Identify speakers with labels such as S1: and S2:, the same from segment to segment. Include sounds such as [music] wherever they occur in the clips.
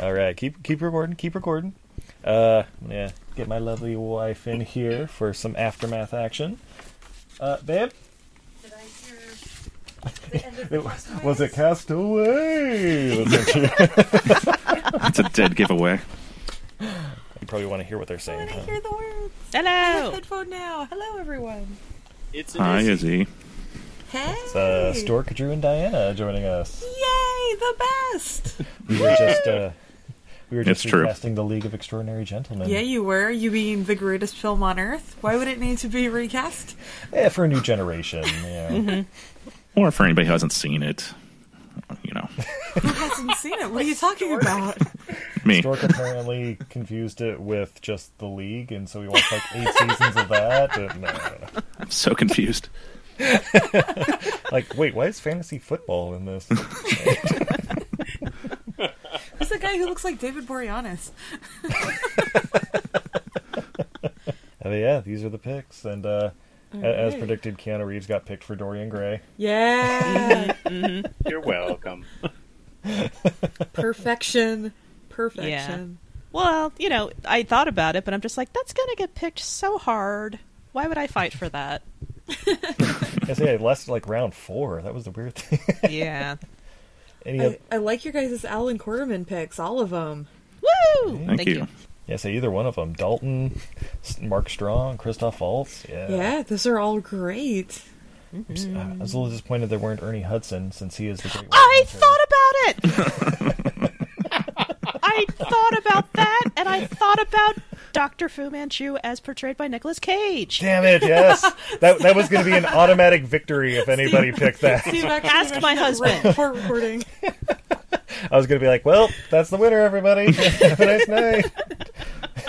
S1: All right, keep keep recording, keep recording. Uh, yeah, get my lovely wife in here for some aftermath action. Uh, babe,
S2: Did
S1: [laughs]
S2: I hear the end of
S1: it,
S2: the
S1: was, was it Castaway? you
S3: That's a dead giveaway.
S1: probably want to hear what they're
S2: I
S1: saying.
S2: want to
S1: huh?
S2: hear the words.
S4: Hello.
S2: Headphone now. Hello, everyone.
S5: It's an
S3: Hi,
S5: Izzy.
S3: Izzy.
S2: Hey.
S1: It's uh, Stork, Drew, and Diana joining us.
S2: Yay, the
S1: [laughs]
S2: best.
S1: We were just uh, we were just
S3: It's true.
S1: recasting the League of Extraordinary Gentlemen.
S2: yeah, you were. You being the greatest film on earth. Why would it need to be recast?
S1: Eh, for a new generation. You
S2: [laughs]
S1: know.
S2: Mm-hmm.
S3: Or for anybody who hasn't seen it, you know,
S2: Who hasn't seen it? What are you talking about?
S3: me.
S1: Stork apparently confused it with just the League, and so we watched like eight seasons of that. And, uh,
S3: [laughs] I'm so confused.
S1: like, wait, why is fantasy football in this?
S2: [laughs] Who's the guy who looks like David Boreanaz?
S1: Uh, yeah, these are the picks, and uh, a- as predicted, Keanu Reeves got picked for Dorian Gray. [laughs]
S2: [laughs] Yeah.
S5: Mm-hmm. You're welcome.
S2: Perfection. Perfection.
S4: Well, you know, I thought about it, but I'm just like, that's gonna get picked so hard. Why would I fight for that?
S1: I say it lasted like round four. That was the weird [laughs] thing.
S4: Yeah.
S1: Any of,
S2: I, I like your guys' Alan Quarterman picks, all of them.
S4: Woo!
S3: Thank, you.
S1: yeah, say either one of them: Dalton, S- Mark Strong, Christoph Waltz. Yeah,
S2: Yeah, those are all great.
S1: I'm s- I was a little disappointed there weren't Ernie Hudson since he is the great.
S4: I
S1: White Hunter.
S4: thought about
S3: [laughs]
S4: it. I thought about that, and I thought about Dr. Fu Manchu as portrayed by Nicolas Cage.
S1: Damn it! Yes, that that was going to be an automatic victory if anybody picked that.
S2: Steve actually
S4: Ask
S2: mentioned
S4: my
S2: that
S4: husband.
S2: right before recording.
S1: I was going to be like, well, that's the winner, everybody. Have a nice night.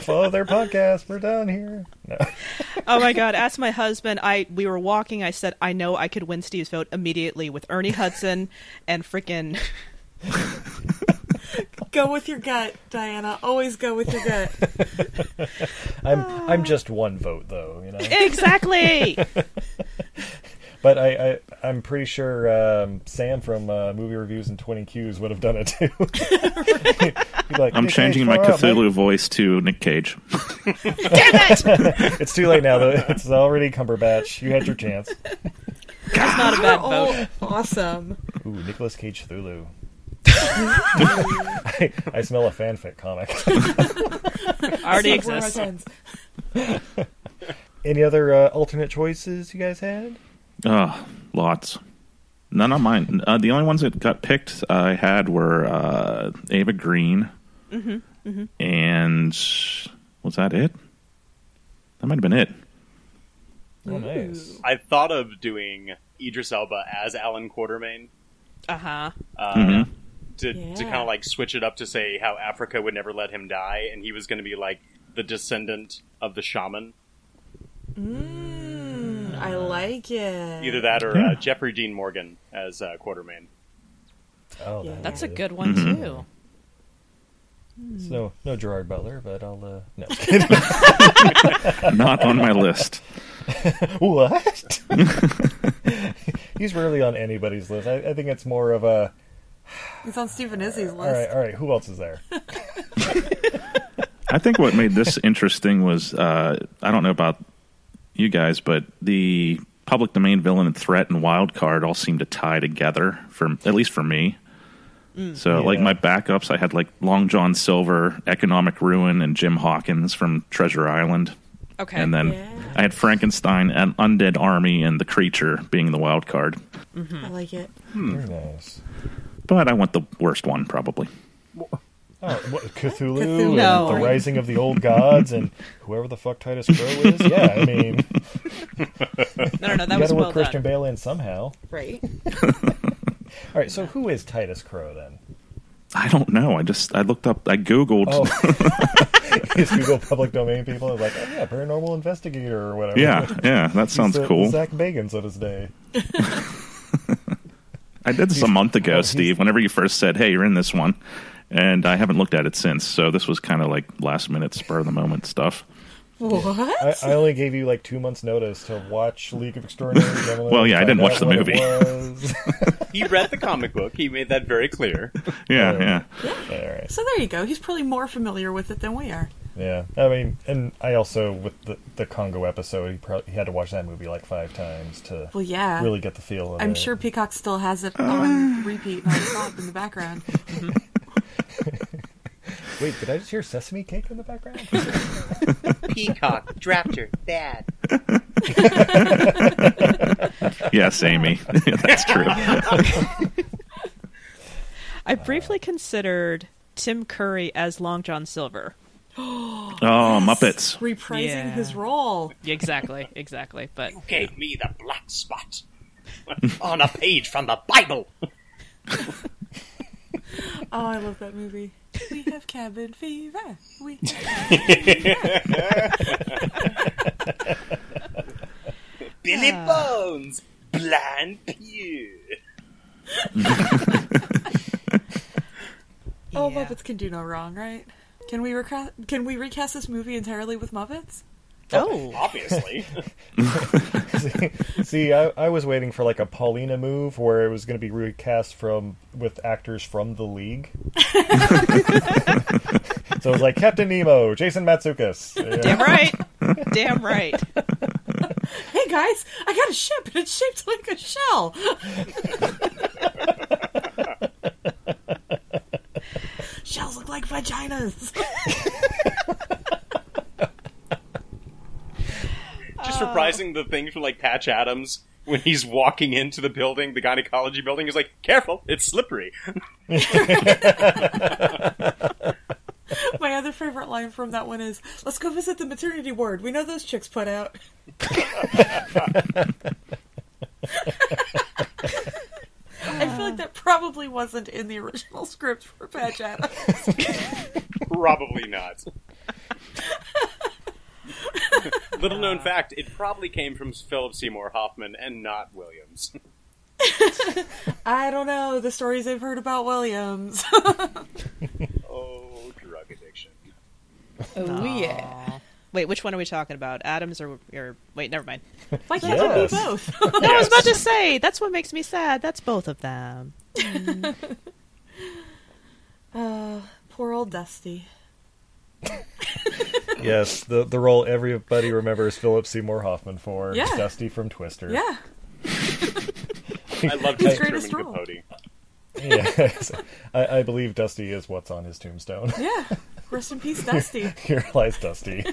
S1: Follow their podcast. We're done here. No.
S4: Oh my god, ask my husband. I we were walking, I said, I know I could win Steve's vote immediately with Ernie Hudson and freaking
S2: Go with your gut, Diana. Always go with your gut.
S1: I'm I'm just one vote though, you know.
S4: Exactly.
S1: But I, I I'm pretty sure um, Sam from uh, movie reviews and twenty Qs would have done it too. [laughs] He'd be like,
S3: I'm
S1: "Nick Cage,
S3: changing my
S1: far out,
S3: Cthulhu
S1: mate."
S3: voice to Nick Cage.
S4: Damn it!
S1: It's too late now. though. It's already Cumberbatch. You had your chance.
S4: That's not a bad vote.
S2: Oh, awesome.
S1: Ooh, Nicolas Cage Thulu. [laughs] I, I smell a fanfic comic. [laughs]
S4: Already
S2: Four more
S4: exists.
S2: times.
S1: Any other uh, alternate choices you guys had?
S3: Oh, lots. None on mine. Uh, the only ones that got picked I had were uh, Ava Green. And was that it? That might have been it.
S1: Oh, nice.
S5: I thought of doing Idris Elba as Alan Quartermain
S4: Uh huh.
S5: uh,
S3: Mhm.
S5: to to
S2: Yeah.
S5: kind of like switch it up to say how Africa would never let him die, and he was going to be like the descendant of the shaman.
S2: Mm, I like it.
S5: Either that or
S3: Yeah.
S5: uh, Jeffrey Dean Morgan as uh, Quartermain.
S1: Oh,
S2: Yeah.
S4: That's a good one
S3: Mhm.
S4: too.
S1: It's no, no Gerard Butler, but I'll uh, no.
S3: Not on my list.
S1: [laughs]
S3: [laughs]
S1: what? [laughs] He's rarely on anybody's list. I, I think it's more of a.
S2: It's on Stephen Izzy's list.
S1: All right, all right. Who else is there?
S3: I think what made this interesting was uh, I don't know about you guys, but the public domain villain and threat and wild card all seem to tie together for at least for me. So like
S1: Yeah.
S3: my backups, I had like Long John Silver, Economic Ruin, and Jim Hawkins from Treasure Island,
S4: Okay.
S3: and then
S2: Yeah.
S3: I had Frankenstein and Undead Army and the Creature being the wild card.
S2: I like it.
S3: Hmm.
S1: Very nice.
S3: But I want the worst one probably.
S1: Oh, what, Cthulhu,
S2: Cthulhu.
S1: and
S4: No.
S1: the Rising of the Old Gods, and whoever the fuck Titus Crow
S4: [laughs]
S1: is. Yeah, I mean, you
S4: no, no, no, that
S1: got
S4: was
S1: to work
S4: well
S1: Christian
S4: done.
S1: Bale in somehow.
S2: Right.
S1: All right, so who is Titus Crow then? [laughs]
S3: I don't know. I just I looked up. I googled.
S1: Oh, is Google public domain people is like, oh yeah, paranormal investigator or whatever. [laughs]
S3: [laughs] Yeah, yeah, that sounds
S1: He's the-
S3: cool.
S1: Zach Bagans of his day.
S3: I did this a month ago,
S1: he's-
S3: Steve. Whenever you first said, "Hey, you're in this one," and I haven't looked at it since. So this was kind of like last minute, spur of the moment stuff.
S2: What?
S1: I, I only gave you
S3: [laughs]
S1: like two months' notice to watch League of Extraordinary Gentlemen.
S3: Well, yeah, I
S1: find
S3: didn't watch
S1: out
S3: the [laughs]
S1: what it
S3: movie.
S1: was.
S5: he read the comic book. He made that very clear.
S3: Yeah,
S1: Oh.
S3: yeah.
S1: All right.
S2: So there you go. He's probably more familiar with it than we are.
S1: Yeah. I mean, and I also with the the Congo episode, he probably he had to watch that movie like five times to
S2: Well, yeah.
S1: really get the feel of it.
S2: I'm sure Peacock still has it on repeat nonstop in the background.
S1: Wait, did I just hear sesame cake in the [laughs] background?
S6: Peacock dropped her bad.
S1: [laughs]
S3: Yes, Amy. Yeah, That's true.
S4: I briefly considered Tim Curry as Long John Silver.
S3: Oh, Muppets.
S2: Reprising
S4: Yeah.
S2: his role.
S4: Exactly, exactly. [laughs] But
S5: Gave me the black spot on a page from the Bible.
S2: Oh, I love that movie. We have cabin fever. We
S5: Billy Bones, blind pew.
S2: Oh,
S6: Yeah.
S2: Muppets can do no wrong, right? Can we recast? Can we recast this movie entirely with Muppets?
S4: oh,
S5: Obviously,
S1: See, I, I was waiting for like a Paulina move where it was going to be recast from with actors from the
S2: [laughs]
S1: league. so it was like Captain Nemo, Jason Matsukas. Yeah.
S4: damn right, damn right.
S2: Hey guys, I got a ship and it's shaped like a shell. Shells look like vaginas. [laughs]
S5: just reprising the thing from like Patch Adams when he's walking into the building, the gynecology building. He's like, "Careful, it's slippery." [laughs]
S2: My other favorite line from that one is, "Let's go visit the maternity ward. We know those chicks put out." [laughs] I feel like that probably wasn't in the original script for Patch Adams.
S5: Probably not. [laughs] Little known fact: it probably came from Philip Seymour Hoffman and not Williams.
S2: I don't know the stories I've heard about Williams.
S5: [laughs]
S2: [laughs]
S5: oh, drug addiction.
S7: Oh yeah.
S4: Wait, which one are we talking about? Adams or or wait, never [laughs] mind.
S2: Why can't there
S1: Yes.
S2: be both? [laughs]
S4: I was about to say that's what makes me sad. That's both of them.
S2: Poor old Dusty.
S1: Yes, the the role everybody remembers Philip Seymour Hoffman for
S2: Yeah.
S1: Dusty from Twister. [laughs]
S2: Yeah.
S5: I love
S2: His
S5: just
S2: greatest
S5: grooming
S2: role.
S5: Capote.
S1: Yeah. I, I believe Dusty is what's on his tombstone. [laughs]
S2: Yeah. Rest in peace, Dusty.
S1: Here lies
S2: [laughs]
S1: Dusty.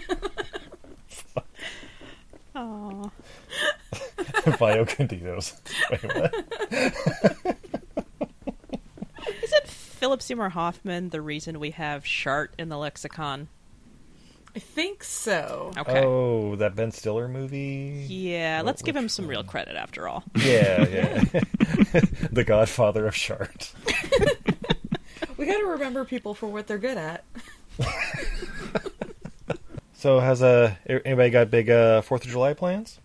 S4: Oh,
S1: Vio Candidos.
S4: isn't Philip Seymour Hoffman the reason we have "shart" in the lexicon?
S2: I think so.
S4: Okay.
S1: Oh, that Ben Stiller movie.
S4: Yeah, let's give him some real credit after all.
S1: [laughs] Yeah, yeah. the Godfather of Shard.
S2: We got to remember people for what they're good at.
S1: So, has uh, anybody got big uh, Fourth of July plans?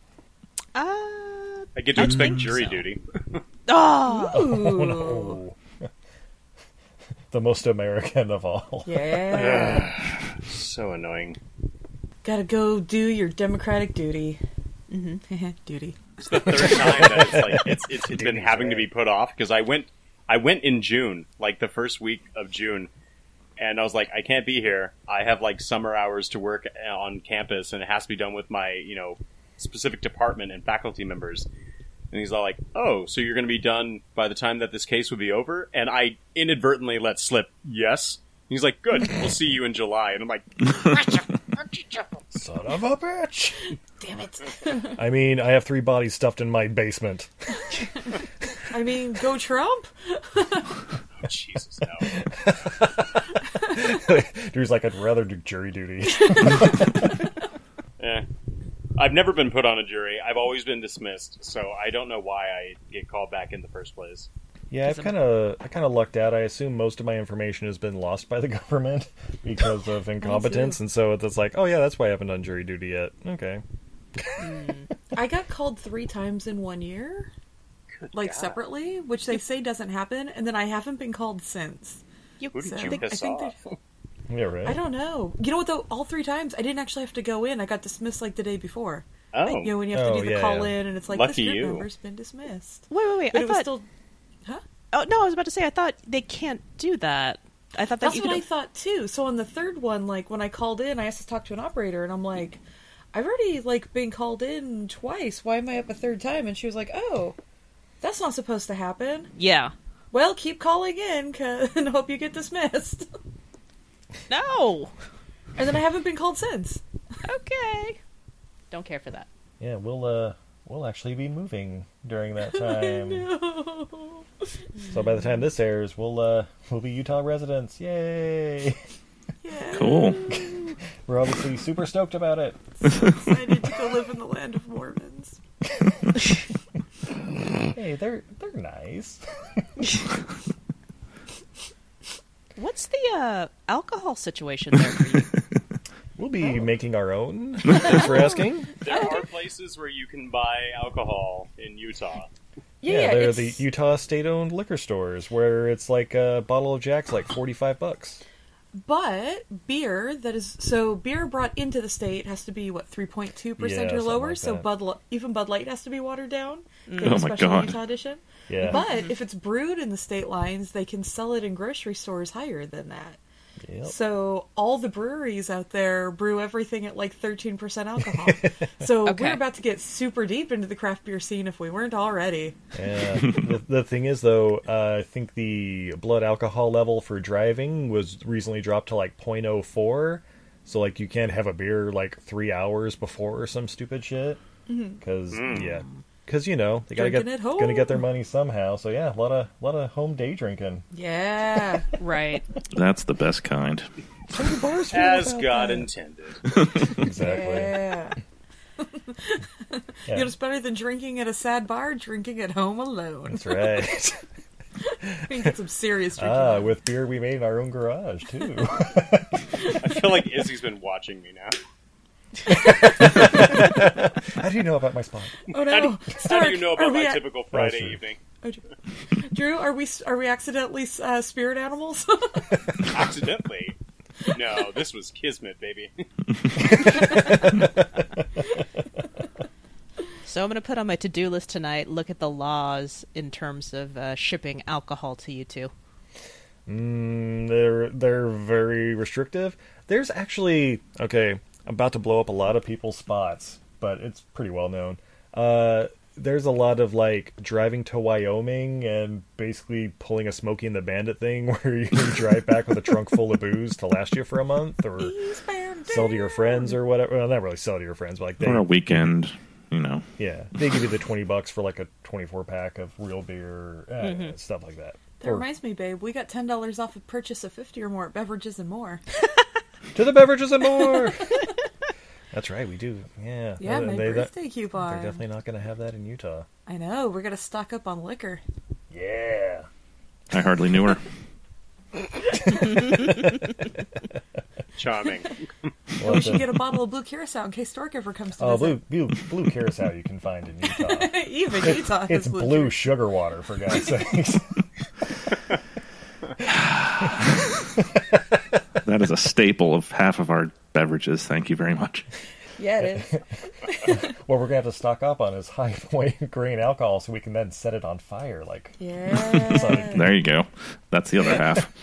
S4: Uh,
S5: I get to expect jury duty.
S4: oh,
S2: Ooh.
S1: Oh, [laughs] the most American of all.
S2: Yeah.
S5: so annoying.
S2: got to go do your democratic duty. Mm-hmm.
S5: [laughs]
S2: duty.
S5: It's the third time that it's like it's, it's, it's been having to be put off because I went I went in June, like the first week of June, and I was like, I can't be here. I have like summer hours to work eh, on campus, and it has to be done with my you know specific department and faculty members. And he's all like, "Oh, so you're going to be done by the time that this case would be over?" And I inadvertently let slip, "Yes." And he's like, "Good, we'll see you in July." And I'm like,
S1: [laughs] Son of a bitch!
S2: Damn it.
S1: I mean, I have three bodies stuffed in my basement. [laughs]
S2: I mean, go Trump?
S5: "Jesus, no."
S1: Dude's like, I'd rather do jury [laughs] duty.
S5: Eh. I've never been put on a jury. I've always been dismissed, so I don't know why I get called back in the first place.
S1: Yeah, I've kind of I kind of lucked out. I assume most of my information has been lost by the [laughs] government because [laughs] of incompetence, and so it's like, oh yeah, that's why I haven't done jury duty yet. Okay,
S2: I got called three times in one year, like separately, which they say doesn't happen, and then I haven't been called since.
S4: you,
S5: Who did
S2: So I
S5: you
S2: think- I
S5: piss
S2: think
S5: off?
S1: yeah, right.
S2: I don't know. You know what though? All three times, I didn't actually have to go in. I got dismissed like the day before.
S5: Oh,
S2: You know when you have
S1: Oh,
S2: to do the
S1: yeah,
S2: call
S1: yeah.
S2: in, and it's like
S5: Lucky
S2: this group
S5: you.
S2: member's been dismissed.
S4: wait, wait, wait.
S2: But
S4: I
S2: it was
S4: thought
S2: still Huh?
S4: Oh no, I was about to say I thought they can't do that. I thought that
S2: That's
S4: you
S2: what
S4: could
S2: I thought too. So on the third one, like when I called in, I asked to talk to an operator, and I'm like, I've already like been called in twice. Why am I up a third time? And she was like, Oh, that's not supposed to happen.
S4: Yeah.
S2: Well, keep calling in 'cause- [laughs] and hope you get dismissed. [laughs]
S4: No. [laughs]
S2: And then I haven't been called since.
S4: Okay. Don't care for that.
S1: Yeah, we'll uh we'll actually be moving during
S2: [laughs]
S1: that time. so by the time this airs, we'll uh we'll be Utah residents. Yay! [laughs]
S3: Cool.
S1: We're obviously super stoked about it.
S2: Excited to go live in the land of Mormons.
S1: Hey, they're they're nice. [laughs]
S4: What's the uh, alcohol situation there for you?
S1: We'll be
S2: Oh.
S1: making our
S2: [laughs]
S1: own. Thanks for asking.
S5: There are places where you can buy alcohol in Utah.
S2: Yeah,
S1: they're
S2: it's,
S1: the Utah state-owned liquor stores where it's like a bottle of Jack's like forty-five bucks.
S2: but beer that is so beer brought into the state has to be what three point two percent
S1: Yeah,
S2: or lower.
S1: something like that. Mm.
S2: so Bud Li- even Bud Light has to be watered down. They
S3: Oh
S2: have a
S3: my
S2: special
S3: God.
S2: Utah edition.
S1: Yeah,
S2: But if it's brewed in the state lines, they can sell it in grocery stores higher than that.
S1: Yep.
S2: So all the breweries out there brew everything at like 13%
S1: [laughs]
S2: alcohol. so
S4: Okay.
S2: we're about to get super deep into the craft beer scene if we weren't already.
S1: Yeah. Uh, the, the thing is, though, uh, I think the blood alcohol level for driving was recently dropped to like 0.04. So, like, you can't have a beer like three hours before or some stupid shit. Because, yeah. Because, you know, they gotta get,
S2: Mm-hmm. Drinking at home.
S1: gonna get their money somehow. So, yeah, a lot of, lot of home day
S2: [laughs]
S1: drinking.
S2: Yeah.
S4: [laughs] right.
S3: That's the best kind.
S5: As God intended.
S1: Exactly.
S2: yeah.
S1: Yeah.
S2: You know, it's better than drinking at a sad bar, drinking at home alone.
S1: That's
S2: [laughs]
S1: right.
S2: I think it's some serious drinking.
S1: ah, with beer we made in our own garage,
S2: [laughs]
S1: too.
S5: I feel like Izzy's been watching me now.
S1: How do you know about my spot?
S2: oh
S5: How do,
S2: no.
S5: how
S2: Stark,
S5: do you know
S2: are
S5: about
S2: we
S5: my
S2: a-
S5: typical
S1: That's
S5: Friday
S1: it.
S5: evening?
S2: Oh, Drew- Drew, are we are we accidentally uh, spirit animals? [laughs]
S5: Accidentally. No, this was kismet, baby. [laughs]
S4: So I'm going to put on my to-do list tonight. Look at the laws in terms of uh, shipping alcohol to you two.
S1: Mm, they're they're very restrictive. There's actually okay. I'm about to blow up a lot of people's spots, but it's pretty well known. Uh, there's a lot of like driving to Wyoming and basically pulling a Smokey and the Bandit thing, [laughs] where you drive back with a trunk full of booze to last you for a month, or
S2: Eastbound
S1: sell to your
S2: down.
S1: friends or whatever. Well, not really sell to your friends, but like
S3: Or a
S1: they,
S3: weekend, you know.
S1: yeah, they give you the twenty bucks for like a twenty-four pack of real beer, uh, stuff like that.
S2: That
S1: Or-
S2: reminds me, babe, we got ten dollars off a purchase of fifty or more at beverages and more.
S1: to the beverages and
S2: [laughs]
S1: more. That's right, we do. Yeah,
S2: Yeah,
S1: Uh,
S2: my
S1: they- that-
S2: birthday coupon.
S1: They're definitely not going to have that in Utah.
S2: I know. We're gonna stock up on liquor.
S1: Yeah.
S3: I hardly knew her.
S5: Charming.
S1: Well,
S2: We should get a bottle of blue curacao in case Stork ever comes to
S1: oh, blue,
S2: visit.
S1: blue blue curacao you can find in
S2: [laughs]
S1: Utah.
S2: Even Utah
S1: It's
S2: has blue.
S1: blue sugar water, for
S2: [laughs]
S1: God's sakes. [laughs]
S3: That is a staple of half of our beverages. Thank you very much.
S2: Yeah, it is.
S1: what we're going to have to stock up on is high [laughs] point grain alcohol, so we can then set it on fire. Like
S2: Yeah.
S3: There you go. That's the other half.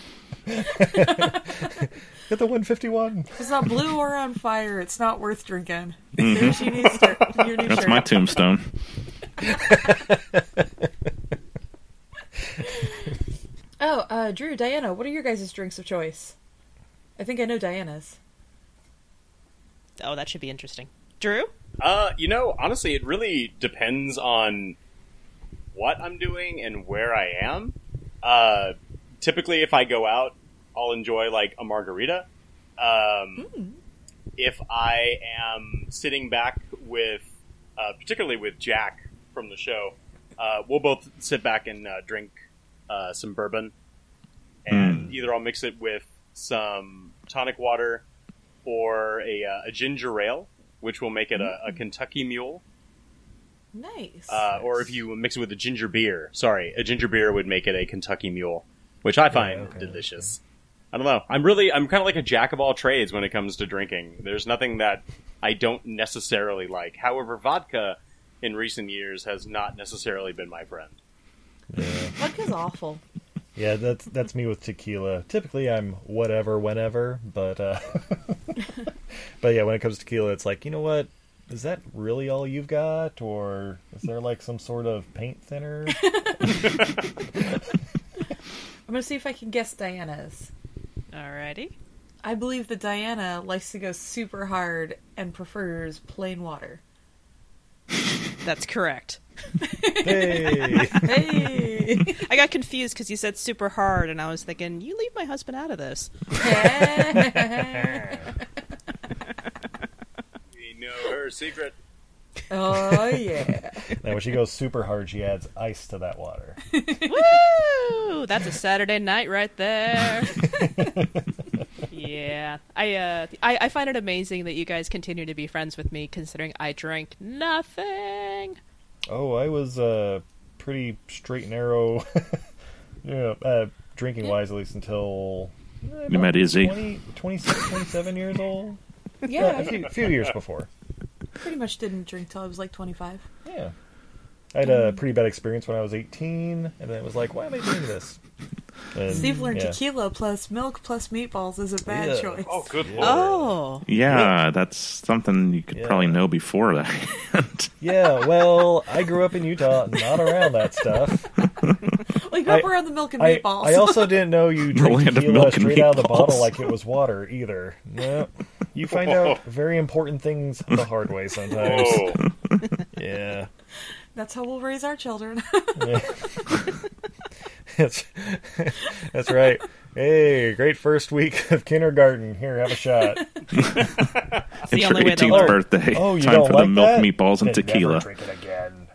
S1: hit the 151.
S2: If it's not blue or on fire, it's not worth drinking. There's your new, start, your new
S3: Mm-hmm. That's
S2: shirt.
S3: my tombstone.
S2: oh, uh, Drew, Diana, what are your guys' drinks of choice? I think I know Diana's.
S4: Oh, that should be interesting. Drew?
S5: Uh, you know, honestly, it really depends on what I'm doing and where I am. Uh, typically, if I go out, I'll enjoy like a margarita. Um, If I am sitting back with, uh, particularly with Jack from the show, uh, we'll both sit back and uh, drink uh, some bourbon, and either I'll mix it with some tonic water or a, uh, a ginger ale, which will make it a,
S1: Mm.
S5: a Kentucky Mule.
S2: Nice.
S5: Uh, or if you mix it with a ginger beer, sorry, a ginger beer would make it a Kentucky Mule, which I find
S1: okay,
S5: delicious. I don't know. I'm really, I'm kind of like a jack of all trades when it comes to drinking. There's nothing that I don't necessarily like. However, vodka in recent years has not necessarily been my friend.
S2: Vodka's awful.
S1: Yeah, that's that's me with tequila. Typically, I'm whatever, whenever, but uh, [laughs] but yeah, when it comes to tequila, it's like you know what? Is that really all you've got, or is there like some sort of paint thinner?
S2: I'm gonna see if I can guess Diana's.
S4: Alrighty.
S2: I believe that Diana likes to go super hard and prefers plain water.
S4: That's correct.
S1: hey,
S2: Hey,
S4: I got confused because you said super hard, and I was thinking, you leave my husband out of this.
S5: We know her secret.
S2: [laughs] oh yeah. [laughs]
S1: now when she goes super hard, she adds ice to that water.
S4: Woo! That's a Saturday night right there. yeah, I, uh, I I find it amazing that you guys continue to be friends with me, considering I drank nothing.
S1: Oh, I was uh, pretty straight and narrow, [laughs] you know, uh, drinking wise at least until eh, about
S3: met Izzy.
S1: 20, 26, 27 years old.
S2: Yeah,
S1: a
S2: I
S1: few, few years before.
S2: pretty much didn't drink till I was like 25.
S1: Yeah. I had
S2: Mm.
S1: a pretty bad experience when I was 18, and then it was like, why am I doing this? And,
S2: Steve learned
S1: yeah.
S2: tequila plus milk plus meatballs is a bad
S1: Yeah.
S2: choice.
S5: Oh, good lord!
S4: Oh,
S3: Yeah, that's something you could
S1: Yeah.
S3: probably know before that. [laughs]
S1: Yeah, well, I grew up in Utah, not around that
S2: [laughs]
S1: stuff.
S2: like wrap
S1: I-
S2: around the milk and
S1: I,
S2: meatballs.
S1: I also didn't know
S3: [laughs]
S1: you drink
S3: Land of
S1: tequila
S3: milk and
S1: straight out of the bottle
S3: meatballs.
S1: like it was water either. No, you find
S3: [laughs]
S1: out very important things the hard way sometimes.
S5: Whoa.
S1: [laughs] Yeah.
S2: [laughs]
S1: [laughs]
S2: That's how we'll raise our children. [laughs]
S1: That's, that's right. Hey, great first week of kindergarten. Here, have a shot.
S4: it's the
S3: it's your
S4: only way
S3: 18th
S4: they'll learn.
S3: birthday.
S1: Oh, you
S3: Time
S1: don't
S3: for
S1: like
S3: the milk,
S1: that?
S3: meatballs, and
S1: Then never
S3: tequila.
S1: drink it again.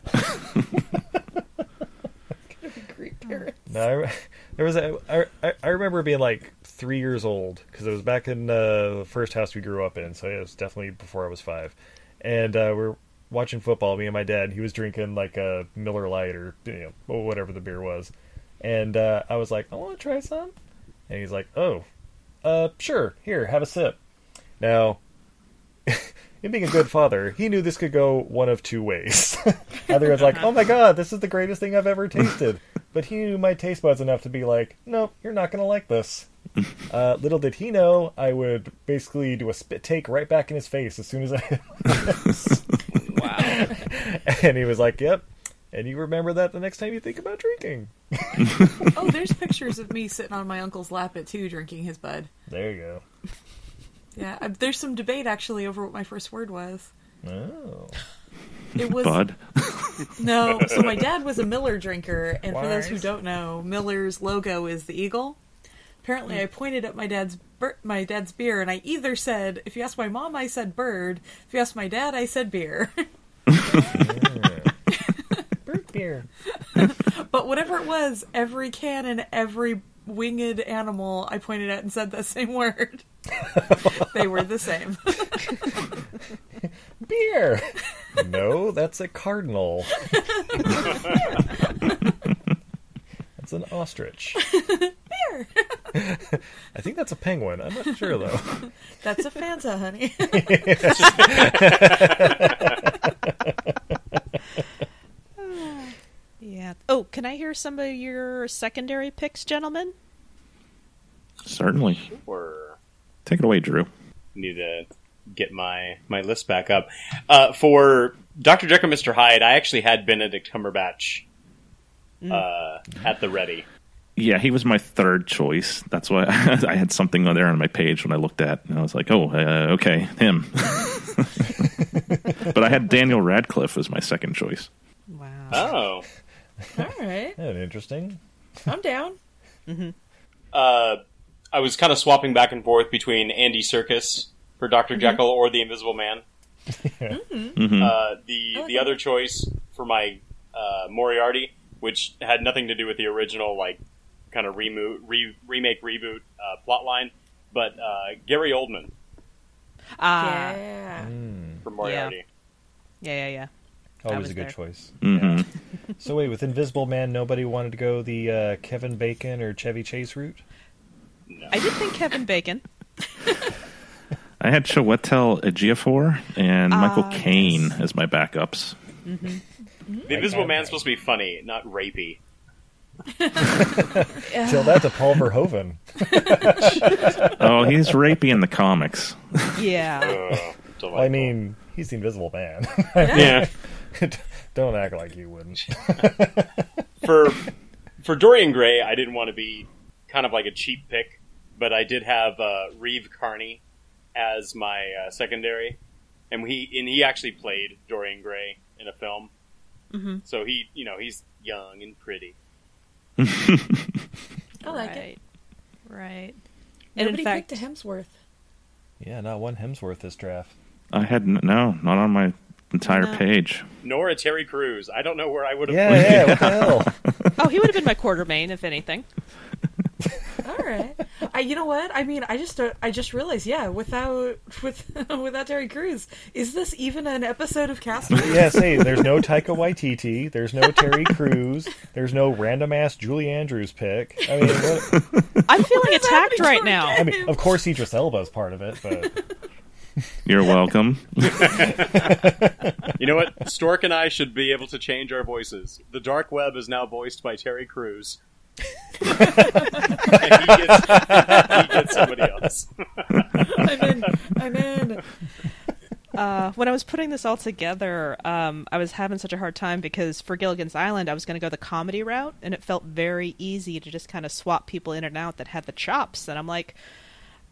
S7: Great parents.
S1: No, I, re- there was a, I, I, I remember being like three years old because it was back in uh, the first house we grew up in, so it was definitely before I was five. And uh, we're watching football, me and my dad. He was drinking like a Miller Lite or you know whatever the beer was, and uh, I was like, I want to try some, and he's like, Oh, uh, sure, here, have a sip. Now, in being a good father, he knew this could go one of two ways. [laughs] Either it's like, oh my god, this is the greatest thing I've ever tasted. But he knew my taste buds enough to be like, no, you're not going to like this. Uh, little did he know, I would basically do a spit take right back in his face as soon as I.
S4: Wow.
S1: [laughs] and he was like, yep. And you remember that the next time you think about drinking.
S2: oh, there's pictures of me sitting on my uncle's lap at two drinking his bud.
S1: There you go.
S2: Yeah, I, there's some debate actually over what my first word was.
S1: Oh.
S2: It was
S3: Bud.
S2: no. So my dad was a Miller drinker, and for those who
S1: Wise.
S2: don't know, Miller's logo is the eagle. Apparently, I pointed at my dad's bir- my dad's beer, and I either said, if you ask my mom, I said bird. If you ask my dad, I said beer.
S1: Bird beer.
S2: But whatever it was, every can and every winged animal I pointed at and said that same word. they were the same.
S1: Beer! no, that's a cardinal. that's an ostrich.
S2: Beer.
S1: [laughs] I think that's a penguin. I'm not sure though.
S2: That's a Fanta, honey.
S4: Yeah. Oh, can I hear some of your secondary picks, gentlemen?
S3: Certainly.
S5: Or-
S3: Take it away, Drew.
S5: need to get my my list back up. Uh, for Doctor Jekyll, Mister Hyde, I actually had Benedict Cumberbatch uh, at the ready.
S3: Yeah, he was my third choice. That's why [laughs] I had something on there on my page when I looked at, and I was like, "Oh, uh, okay, him." [laughs] but I had Daniel Radcliffe as my second choice.
S4: Wow.
S5: Oh,
S2: All right.
S1: That's interesting.
S2: I'm down.
S5: uh, I was kind of swapping back and forth between Andy Circus for Doctor Jekyll or the Invisible Man. Uh, the the other choice for my uh, Moriarty, which had nothing to do with the original, like kind of remo- re- remake reboot uh, plotline, but uh, Gary Oldman
S4: Ah.
S2: [laughs] yeah.
S4: Yeah.
S5: for Moriarty.
S4: Yeah. Yeah. Yeah. I
S1: Always
S4: was
S1: a good
S4: there.
S1: choice.
S3: hmm
S1: So wait, with Invisible Man, nobody wanted to go the uh, Kevin Bacon or Chevy Chase route.
S4: I did think Kevin Bacon.
S3: I had Chiwetel Ejiofor and
S4: Ah,
S3: Michael Caine as my backups.
S5: The Invisible
S1: that. [laughs]
S5: Man's supposed to be funny, not rapey.
S1: Tell that to Paul Verhoeven.
S3: Oh, he's rapey in the comics.
S4: Yeah.
S5: Ugh, delightful.
S1: I mean, he's the Invisible Man. [laughs]
S5: yeah.
S1: Don't act like you wouldn't.
S5: for for Dorian Gray, I didn't want to be kind of like a cheap pick, but I did have uh, Reeve Carney as my uh, secondary, and he and he actually played Dorian Gray in a film, mm-hmm. so he you know he's young and pretty.
S2: I like it.
S4: right. Right. And
S2: Nobody
S4: in fact,
S2: picked a Hemsworth.
S1: Yeah, not one Hemsworth this draft.
S3: I had n- no, not on my entire
S4: No.
S3: page.
S5: Nor a Terry Crews. I don't know where I would have.
S1: Yeah, yeah. What the hell?
S4: oh, he would have been my quartermain,
S2: [laughs]
S4: if anything.
S2: All right. I, you know what? I mean, I just don't- I just realized. Yeah, without [laughs] with without Terry Crews, is this even an episode of Castaway?
S1: Yeah, see, there's no Taika Waititi. There's no Terry Crews. There's no random ass Julie Andrews pick. I mean, what,
S4: I'm feeling
S2: is
S4: attacked
S2: happening
S4: right
S2: to
S4: now.
S1: I mean, of course, Idris Elba's part of it, but
S3: You're welcome.
S5: You know what? Stork and I should be able to change our voices. The dark web is now voiced by Terry Crews. and he gets, he gets somebody else.
S2: I'm in. I'm in.
S4: Uh, when I was putting this all together, um, I was having such a hard time because for Gilligan's Island, I was going to go the comedy route, and it felt very easy to just kind of swap people in and out that had the chops. And I'm like,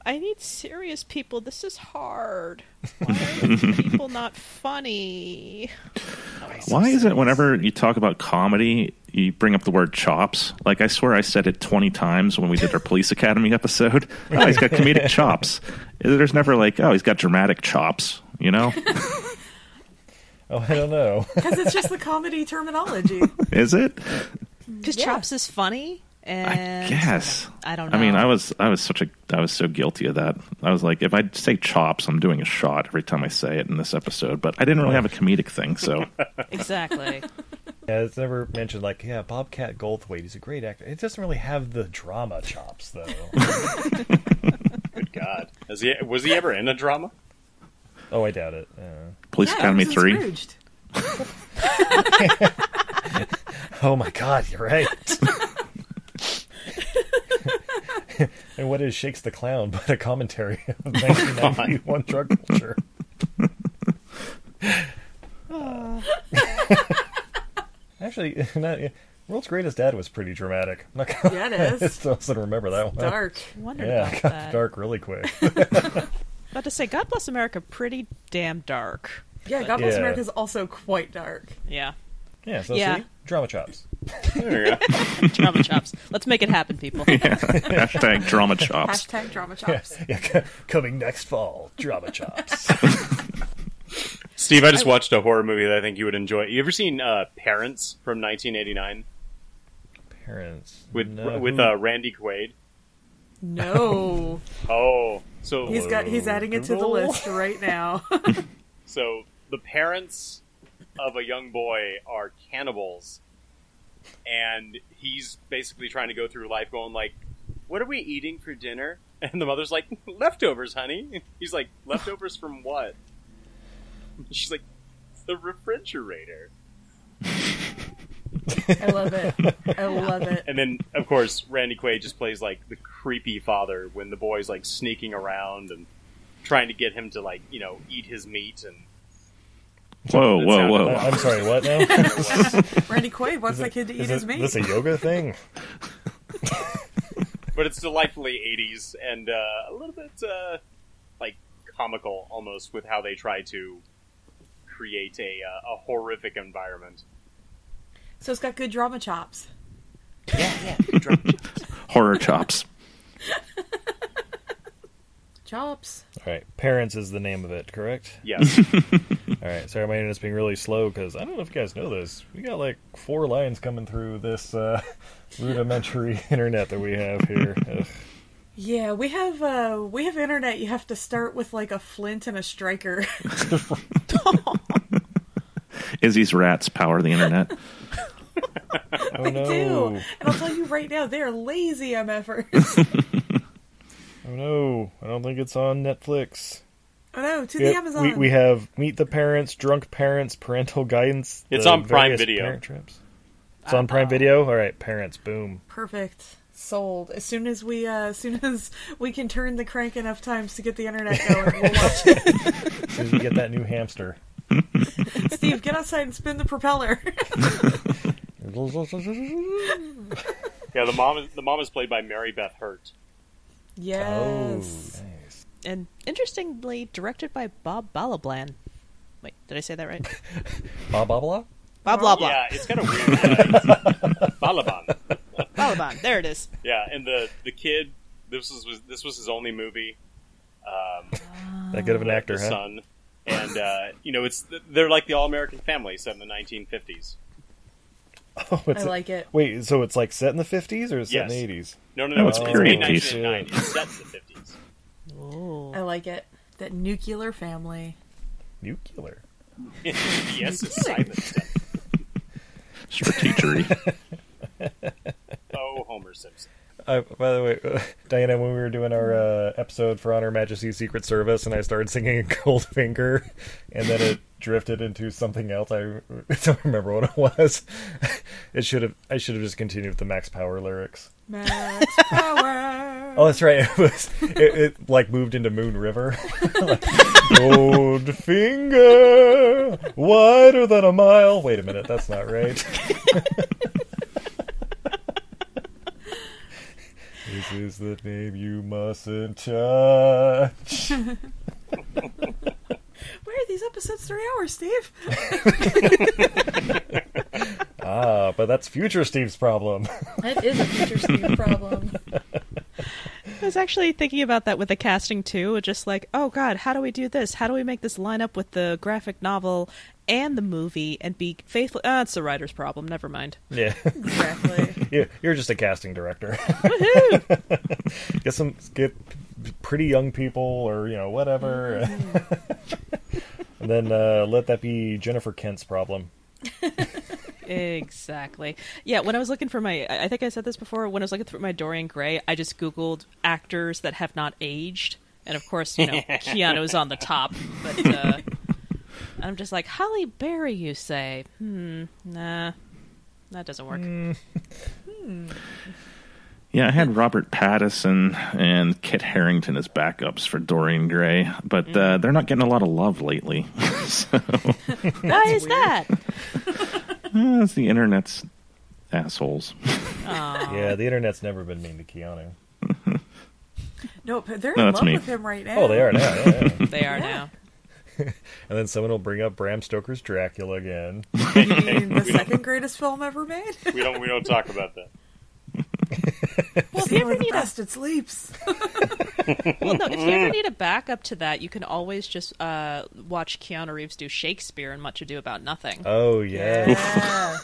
S4: I need serious people. This is hard. Why
S3: [laughs]
S4: are these people not funny?
S3: Why is it whenever you talk about comedy, you bring up the word chops? Like, I swear I said it 20 times when we did our Police Academy episode. Oh, he's got
S4: [laughs]
S3: comedic chops. There's never like, oh, he's got dramatic chops, you
S4: [laughs]
S3: know?
S1: oh, I don't know.
S2: Because it's just the comedy terminology.
S3: Is it?
S4: Because
S2: Yeah.
S4: chops is funny. And
S3: I guess.
S4: Uh, I don't
S3: I mean,
S4: know.
S3: I was I was such a I was so guilty of that. I was like, if I say chops, I'm doing a shot every time I say it in this episode. But I didn't really have a comedic thing,
S4: [laughs]
S3: so
S4: Exactly.
S1: Yeah, it's never mentioned. Like, yeah, Bobcat Goldthwait. He's a great actor. It doesn't really have the drama chops, though.
S5: Good God. Is he, was he ever in a drama?
S1: oh, I doubt it. Yeah.
S3: Police
S2: Yeah,
S3: Academy
S2: I was
S3: three.
S2: encouraged.
S1: Oh my God, you're right.
S2: [laughs]
S1: [laughs] and what is Shakes the Clown but a commentary
S2: Oh,
S1: of 1991 drug
S2: [laughs]
S1: culture? Actually, not, yeah, World's Greatest Dad was pretty dramatic. I'm not gonna
S2: Yeah,
S1: [laughs]
S2: it
S1: I
S2: is.
S1: still doesn't remember that one.
S2: Dark.
S4: Wondered
S1: Yeah,
S4: about
S1: it got
S4: that.
S1: dark really
S2: [laughs]
S1: quick.
S4: About to say, God bless America, pretty damn dark.
S2: Yeah, God Bless
S1: Yeah.
S2: America is also quite dark.
S4: Yeah.
S1: Yeah, so
S4: Yeah.
S1: see, drama chops.
S5: There you go.
S4: Drama chops. Let's make it happen,
S3: [laughs]
S4: people.
S3: Hashtag drama chops.
S2: Hashtag drama chops.
S1: Yeah, c- coming next fall, drama chops.
S2: [laughs]
S5: Steve, I just watched a horror movie that I think you would enjoy. You ever seen uh, Parents from 1989
S1: Parents
S5: with
S1: no,
S5: with
S1: who-
S5: uh, Randy Quaid?
S2: No,
S5: Oh, so
S2: he's got he's adding it to the
S1: Google.
S2: list right now.
S5: So the parents of a young boy are cannibals, and he's basically trying to go through life going like, "What are we eating for dinner?" [laughs] And the mother's like, "Leftovers, honey." [laughs] He's like, "Leftovers from what?" She's like, "The refrigerator."
S2: [laughs] I love it. I love it.
S5: And then, of course, Randy Quaid just plays like the creepy father when the boy's like sneaking around and trying to get him to like you know eat his meat and
S3: Whoa, whoa,
S1: Uh,
S3: whoa!
S1: I'm sorry, what
S2: [laughs]
S1: now?
S2: [laughs] Randy Quaid wants that kid to eat
S1: Is
S2: his
S1: it-
S2: meat.
S1: this a [laughs] yoga thing?
S5: but it's delightfully 80s and uh, a little bit uh, like comical almost with how they try to create a, uh, a
S3: [laughs]
S5: horrific environment.
S2: So it's got good drama chops.
S6: Yeah, yeah. Drop it.
S3: Horror chops.
S2: Chops.
S1: All right, parents is the name of it, correct?
S5: Yes.
S1: All right, sorry, my internet's being really slow because I don't know if you guys know this. We got like four lines coming through this uh, [laughs] rudimentary [laughs] internet that we have here. [laughs] Ugh.
S2: Yeah, we have uh we have internet. You have to start with like a flint and a [laughs] striker.
S3: Izzy's rats power the internet.
S4: [laughs]
S1: Oh
S2: they
S1: no!
S2: do, and I'll tell you right now, they are
S1: [laughs]
S2: lazy MFers.
S1: Oh no! I don't think it's on Netflix.
S2: oh no, to
S1: Yep,
S2: the Amazon.
S1: We, we have Meet the Parents, Drunk Parents, Parental Guidance.
S5: It's
S1: the
S5: on Prime
S1: various
S5: Video.
S1: Parent traps. It's on Prime Video. All right, parents. Boom. [laughs]
S2: Perfect. Sold. As soon as we, uh, as soon as we can turn the crank enough times to get the internet going,
S1: [laughs]
S2: we'll watch it.
S1: As soon as you get that new hamster.
S2: Steve, get outside and spin the propeller. [laughs]
S5: Yeah, the mom is the mom is played by Mary Beth Hurt.
S1: Oh,
S2: yes.
S1: nice.
S4: and interestingly directed by Bob Balablan. Wait, did I say that [laughs] right?
S1: Blah blah blah.
S4: Bob blah blah.
S5: Yeah, it's kind of weird. uh, Balaban.
S4: Balaban. There it is.
S5: Yeah, and the the kid. This was, was this was his only movie. Um,
S1: That good of an actor,
S5: Mm,
S3: Uh-huh.
S5: the
S1: huh?
S5: son, and uh, you know it's they're like the all American family set in the 1950s.
S1: [laughs] Oh, it's
S2: I like it.
S1: Wait, so it's like set in the fifties or it's set in
S5: Yes.
S1: the eighties?
S5: No, no,
S3: No,
S5: no,
S3: it's
S5: it's, it's
S3: period
S5: made
S3: piece.
S5: 1909. It's set in the 50s.
S4: Oh.
S2: I like it. That nuclear family.
S1: Nuclear.
S5: yes, it's silent.
S3: Strategery.
S5: Oh, Homer Simpson.
S1: I, by the way, [laughs] Diana, when we were doing our uh, episode for Honor Majesty's Secret Service, and I started singing [laughs] Cold Finger, and then it drifted into something else. I [laughs] don't remember what it was. [laughs] It should have. I should have just continued with the Max Power lyrics.
S2: Max Power.
S1: Oh, that's right. [laughs] It was. It, it like moved into Moon River. [laughs] Like, Gold finger, wider than a mile. Wait a minute, that's not right. [laughs] this is the name you mustn't touch.
S2: Why are these episodes three hours, Steve?
S1: Ah, but that's future Steve's problem. [laughs]
S2: That is a future [laughs] Steve problem.
S4: I was actually thinking about that with the casting too. It's Just like, oh god, how do we do this? How do we make this line up with the graphic novel and the movie and be faithful? Ah, it's the writer's problem. Never mind.
S1: yeah,
S2: Exactly.
S1: You- you're just a casting director. [laughs] get some get pretty young people or you know whatever
S5: Mm-hmm.
S1: [laughs] and then uh, let that be jennifer kent's problem
S4: exactly. Yeah, when I was looking for my, I I think I said this before. When I was looking through my Dorian Gray, I just Googled actors that have not aged, and of course, you know, Keanu's on the top. But uh, I'm just like Holly Berry. You say, hmm, nah, that doesn't work.
S3: [laughs] Yeah, I had Robert Pattinson and Kit Harrington as backups for Dorian Gray, but uh, they're not getting a lot of love lately. [laughs] so
S4: Why is that?
S3: eh, it's the internet's assholes.
S1: yeah the internet's never been mean to keanu
S2: No, but they're
S3: No,
S2: in
S3: that's
S2: love
S3: me.
S2: with him right now.
S1: oh they are now yeah, yeah.
S4: They are now.
S1: and then someone will bring up bram stoker's dracula again
S2: I
S1: [laughs]
S2: mean, the second greatest film ever made.
S5: We don't we don't talk about that.
S2: Well,
S4: if you ever
S2: the
S4: need a-
S2: best it sleeps.
S4: Well, no, if you ever need a backup to that, you can always just uh, watch Keanu Reeves do Shakespeare and Much Ado About Nothing.
S1: oh yeah,
S2: Yeah.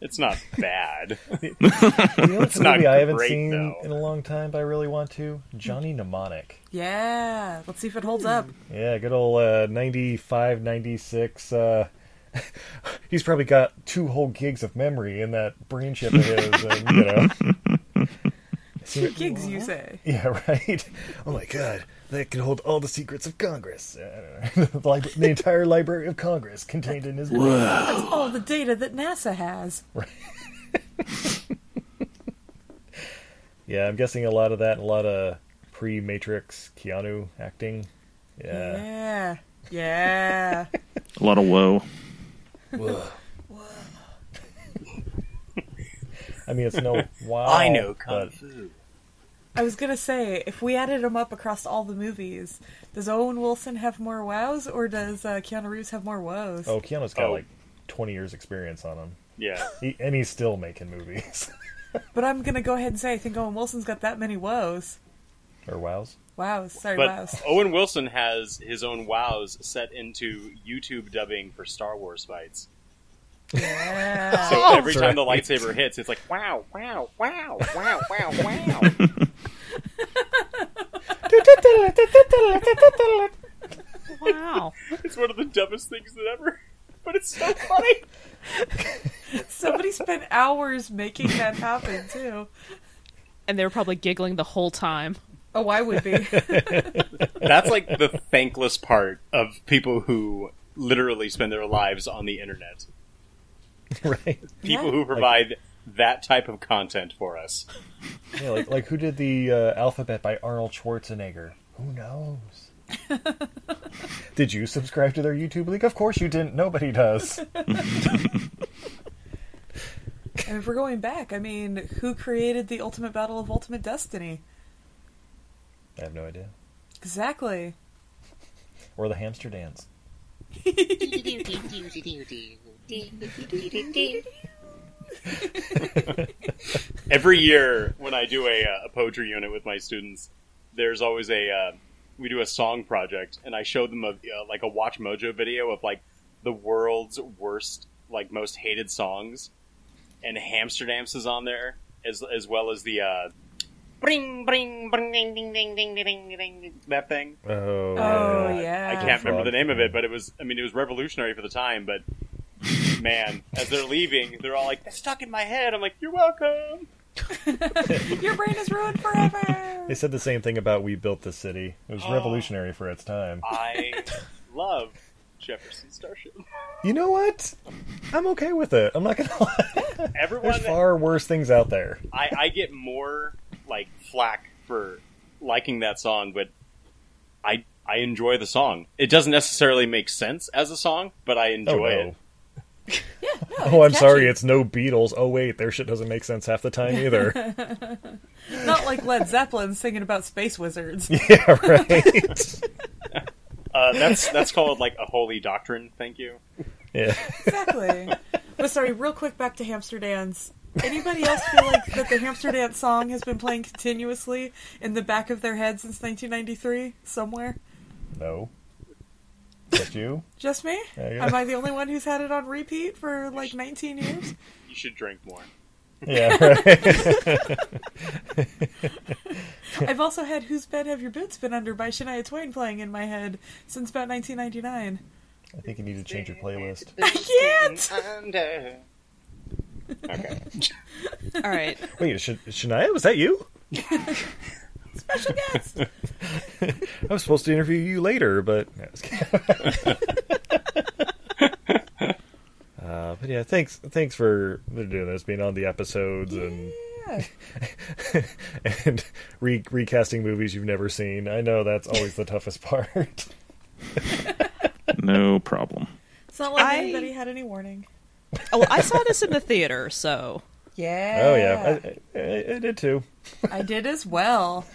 S5: It's not bad. [laughs]
S1: you know it's a
S5: not
S1: movie i haven't
S5: great,
S1: seen
S5: though.
S1: in a long time but i really want to johnny mnemonic
S2: yeah. Let's see if it holds up.
S1: yeah good old uh, 95 96 uh, [laughs] he's probably got two whole gigs of memory in that brain chip of his and, you know
S2: Two gigs, you say.
S1: Yeah, right. [laughs] Oh my god, that could hold all the secrets of Congress. [laughs] I don't know. the, libra- the entire Library of Congress contained in his brain.
S2: That's all the data that NASA has.
S1: Yeah, I'm guessing a lot of that, and a lot of pre-Matrix Keanu acting. Yeah.
S2: Yeah. Yeah.
S3: A lot of woe.
S1: Whoa. I mean, it's no wow.
S5: I know kung
S1: but
S5: fu.
S2: I was gonna say, if we added them up across all the movies, does Owen Wilson have more wows, or does uh, Keanu Reeves have more woes?
S1: oh, Keanu's got
S5: Oh.
S1: like 20 years experience on him,
S5: Yeah,
S1: he, and he's still making movies [laughs]
S2: But I'm gonna go ahead and say, I think Owen Wilson's got that many woes.
S1: or wows.
S2: Wows, sorry,
S5: but
S2: wows.
S5: Owen Wilson has his own wows set into YouTube dubbing for Star Wars fights.
S2: Yeah. [laughs]
S5: So every time the lightsaber hits, it's like wow, wow, wow, wow, wow, wow.
S4: Wow.
S5: it's one of the dumbest things that ever. [laughs] But it's so funny.
S2: Somebody spent hours making that happen too.
S4: and they were probably giggling the whole time.
S2: Oh, I [laughs] would be.
S5: That's like the thankless part of people who literally spend their lives on the internet.
S1: right?
S5: People
S2: Yeah.
S5: who provide that type of content for us.
S1: Yeah, like like who did the uh, alphabet by Arnold Schwarzenegger? Who knows? did you subscribe to their YouTube league? Of course you didn't. Nobody does.
S2: And if we're going back, I mean, who created the Ultimate Battle of Ultimate Destiny?
S1: I have no idea.
S2: Exactly.
S1: Or the hamster dance.
S5: Every year when I do a, uh, a poetry unit with my students, there's always a uh, we do a song project, and I show them a uh, like a Watch Mojo video of like the world's worst, like most hated songs, and Hamsterdam's is on there as as well as the uh,
S6: Bring, bring, bring, ding, ding, ding, ding, ding, ding, ding.
S5: that thing.
S1: Oh,
S2: Oh, yeah.
S5: I can't remember the name of it, but it was I mean it was revolutionary for the time, but. Man, as they're leaving, they're all like, "That's stuck in my head." I'm like, "You're welcome."
S2: Your brain is ruined forever.
S1: [laughs] They said the same thing about We Built the City. It was
S5: Oh.
S1: revolutionary for its time. [laughs]
S5: I love Jefferson Starship.
S1: You know what? I'm okay with it. I'm not gonna lie.
S5: Everyone,
S1: There's far worse things out there.
S5: I, I get more like flack for liking that song, but I I enjoy the song. It doesn't necessarily make sense as a song, but I enjoy
S1: Oh, no.
S5: [laughs] it.
S1: oh, I'm sorry. It's no Beatles. Oh wait, their shit doesn't make sense half the time either.
S2: Not like Led Zeppelin singing about space wizards.
S1: yeah, right.
S5: Uh, that's that's called like a holy doctrine. Thank you.
S1: yeah.
S2: Exactly. But sorry, real quick back to hamster dance. Anybody else feel like that the hamster dance song has been playing continuously in the back of their head since 1993 somewhere?
S1: No. Just you?
S2: Just me?
S1: Yeah, yeah.
S2: Am I the only one who's had it on repeat for like
S1: [laughs]
S2: 19 years?
S5: You should drink more.
S1: Yeah, [laughs] right.
S2: I've also had "Whose Bed Have Your Boots Been Under" by Shania Twain playing in my head since about 1999.
S1: I think you need to change your playlist.
S2: I can't.
S6: Under.
S5: Okay.
S4: All right.
S1: Wait, Sh- Shania, was that you?
S2: Special guest.
S1: I was supposed to interview you later, but no, I was kidding. [laughs] uh, but yeah, thanks, thanks for doing this, being on the episodes, and
S2: Yeah.
S1: [laughs] and re- recasting movies you've never seen. I know that's always the toughest [laughs] part.
S3: No problem.
S2: It's not like
S4: I-
S2: anybody had any warning.
S4: Oh, well, I saw this in the theater, so
S2: Yeah.
S1: Oh yeah, I, I, I did too.
S2: I did as
S1: [laughs]
S2: well.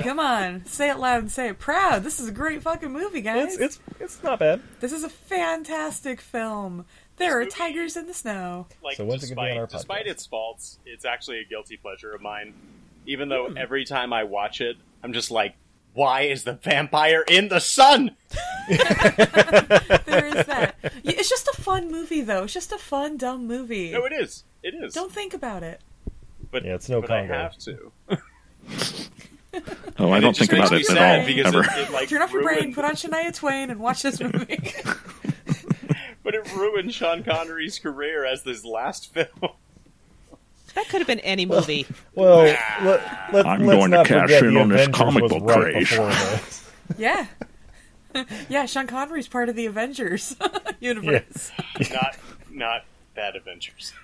S2: Come on, say it loud and say it proud. This is a great fucking movie,
S1: It's
S2: guys.
S1: it's it's not bad.
S2: This is a fantastic film. There are tigers in
S1: [laughs]
S2: the snow.
S5: Like
S1: So when's it gonna be
S5: despite,
S1: on our
S5: despite
S1: podcast?
S5: its faults, it's actually a guilty pleasure of mine. Even though
S1: Hmm.
S5: every time I watch it, I'm just like, "Why is the vampire in the sun?"
S2: There is that. Yeah, It's just a fun movie, though. It's just a fun, dumb movie.
S5: No, it is. It is.
S2: Don't think about it.
S5: but
S1: Yeah, it's no
S5: but
S1: Congo.
S5: I have to.
S3: Oh, I don't
S5: just
S3: think about
S5: makes
S3: it at
S5: me sad
S3: all.
S5: because
S3: Ever.
S5: It, it, like,
S2: Turn off your brain,
S5: ruined-
S2: put on Shania Twain, and watch
S1: [laughs]
S2: this movie.
S5: but it ruined Sean Connery's career as this last [laughs] film.
S4: that could have been any movie.
S1: Well, let, let,
S3: I'm
S1: let's
S3: going to
S1: not
S3: cash
S1: forget
S3: in
S1: the
S3: on this
S1: Avengers
S3: comic
S1: was
S3: book
S1: right
S3: craze. [laughs]
S1: before this.
S2: yeah. [laughs] yeah, Sean Connery's part of the Avengers [laughs] universe.
S5: not not bad adventures.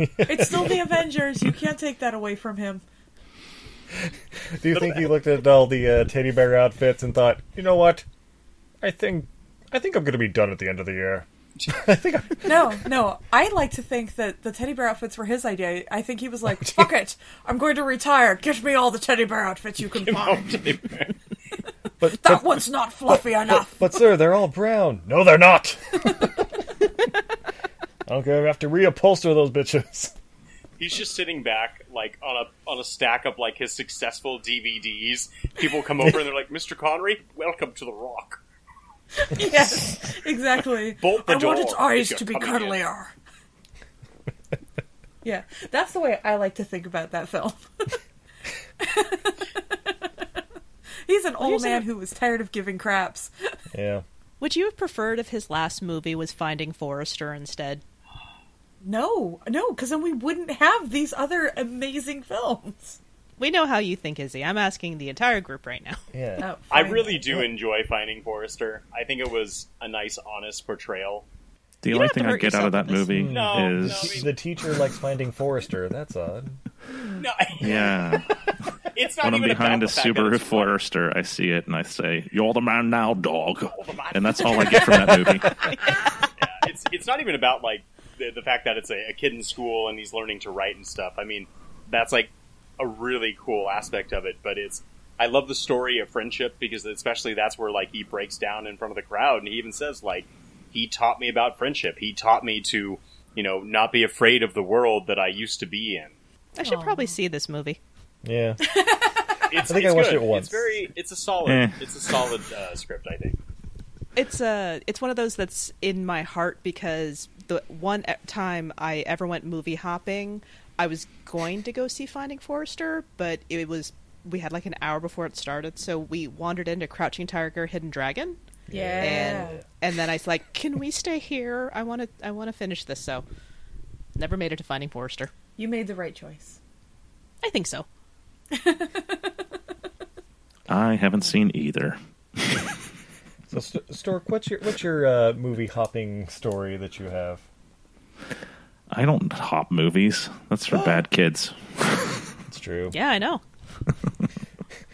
S2: It's still the Avengers. You can't take that away from him.
S1: Do you think he looked at all the uh, teddy bear outfits and thought, you know what? I think I think I'm going to be done at the end of the year. I think I'm,
S2: No, no. I like to think that the teddy bear outfits were his idea. I think he was
S5: [laughs]
S2: like, fuck it. I'm going to retire. Give me all the teddy bear outfits you can find.
S1: but,
S2: That
S1: but,
S2: one's not
S5: [laughs]
S2: fluffy enough.
S1: but sir, they're all brown. No, they're
S3: [laughs]
S1: not. okay, we have to reupholster those bitches.
S5: He's just sitting back, like on a on a stack of like his successful DVDs. People come over and they're like, "Mr. Connery, welcome to the Rock."
S2: Yes, exactly.
S5: Bolt
S2: I
S5: the
S2: want
S5: door
S2: its eyes
S5: if you're
S2: to be
S5: coming in.
S2: cuddlier. [laughs] yeah, that's the way I like to think about that film. [laughs] He's an old
S4: here's
S2: man
S4: a-
S2: who was tired of giving craps.
S1: Yeah.
S4: Would you have preferred if his last movie was Finding Forrester instead?
S2: No, no, because then we wouldn't have these other amazing films.
S4: We know how you think, Izzy. I'm asking the entire group right now.
S1: Yeah.
S2: Oh,
S5: I
S2: fine.
S5: really do enjoy Finding Forrester. I think it was a nice, honest portrayal
S3: The
S4: You
S3: only
S4: don't
S3: thing
S4: have
S3: I
S4: to
S3: get out
S4: hurt
S3: of
S4: yourself
S3: that
S4: with this.
S3: movie
S5: No, no, I
S3: is
S5: mean-
S1: The teacher likes finding Forrester. That's odd.
S5: No, [laughs]
S3: yeah.
S5: it's not
S3: when I'm
S5: even
S3: behind a
S5: about the fact that
S3: Subaru
S5: it's-
S3: Forester, I see it and I say, "You're the man now, dog,"
S5: the man.
S3: and that's all I get from that movie.
S5: [laughs] it's it's not even about like the, the fact that it's a, a kid in school and he's learning to write and stuff. I mean, that's like a really cool aspect of it. But it's I love the story of friendship because especially that's where like he breaks down in front of the crowd and he even says like he taught me about friendship. He taught me to you know not be afraid of the world that I used to be in.
S4: I should probably see this movie.
S1: Yeah.
S5: It's,
S1: I think
S5: it's
S1: I watched
S5: good.
S1: it once.
S5: It's very it's a solid
S3: Eh.
S5: it's a solid uh, script. I think.
S4: It's uh, it's one of those that's in my heart because the one e- time I ever went movie hopping, I was going to go see Finding Forrester, but it was we had like an hour before it started, so we wandered into Crouching Tiger, Hidden Dragon,
S2: Yeah.
S4: and and then I was like, "Can we stay here? I want to I want to finish this." So never made it to Finding Forrester.
S2: you made the right choice.
S4: I think so.
S3: I haven't seen either.
S1: So, St- Stork, what's your what's your uh, movie hopping story that you have?
S3: I don't hop movies. That's for bad kids.
S1: It's true.
S4: Yeah, I know.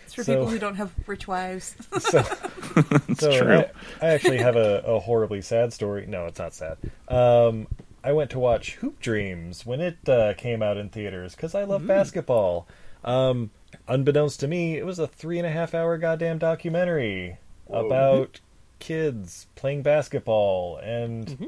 S2: It's for
S1: So-
S2: people who don't have rich wives. [laughs]
S3: [laughs]
S1: so
S3: true.
S1: I, I actually have a, a horribly sad story. No, it's not sad. Um, I went to watch Hoop Dreams when it uh, came out in theaters because I
S3: Mm.
S1: love basketball. Um, unbeknownst to me, it was a three and a half hour goddamn documentary about kids playing basketball and.
S3: Mm-hmm.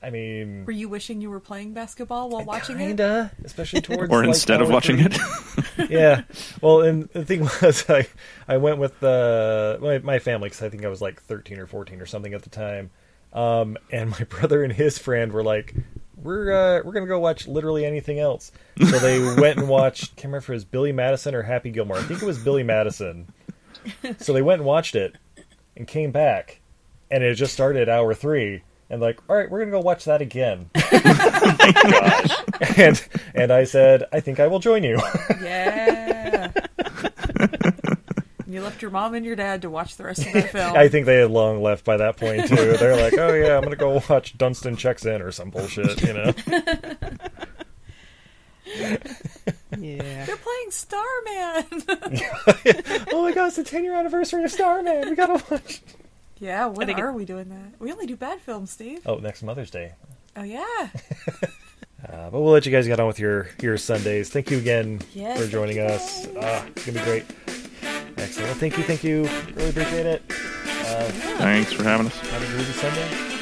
S1: I mean,
S2: were you wishing you were playing basketball while watching it?
S1: kinda,
S3: [laughs]
S1: especially towards
S3: Or
S1: like,
S3: instead of
S1: hour
S3: watching
S1: three. [laughs]
S3: it, [laughs]
S1: yeah. Well, and the thing was, I I went with uh, my my family because I think I was like thirteen or fourteen or something at the time, um, and my [laughs] brother and his friend were like, "We're uh, we're gonna go watch literally anything else." So they went and watched. Can't remember if it was Billy Madison or Happy Gilmore. I think it was Billy Madison. So they went and watched it, and came back, and it just started at hour three. And like, all right, we're gonna go watch that again. [laughs] and and I said, I think I will join you.
S2: [laughs] Yeah. you left your mom and your dad to watch the
S1: [laughs]
S2: rest of the film.
S1: I think they had long left by that point too. They're like, "Oh yeah, I'm gonna go watch Dunstan checks in or some bullshit," you know.
S2: [laughs]
S4: Yeah.
S2: They're playing Starman.
S1: [laughs]
S2: [laughs]
S1: oh my god, it's the 10 year anniversary of Starman. We gotta watch.
S2: yeah, when
S4: think it-
S2: are we doing that? We only do bad films, Steve.
S1: Oh, next Mother's Day.
S2: Oh yeah.
S1: Uh, but we'll let you guys get on with your your Sundays. Thank you again
S2: Yes,
S1: for
S2: thank
S1: joining
S2: you
S1: us.
S2: guys.
S1: Ah, it's gonna be great. Excellent. Well, thank you, thank you. Really appreciate it.
S3: thanks for having us.
S1: Have a groovy Sunday.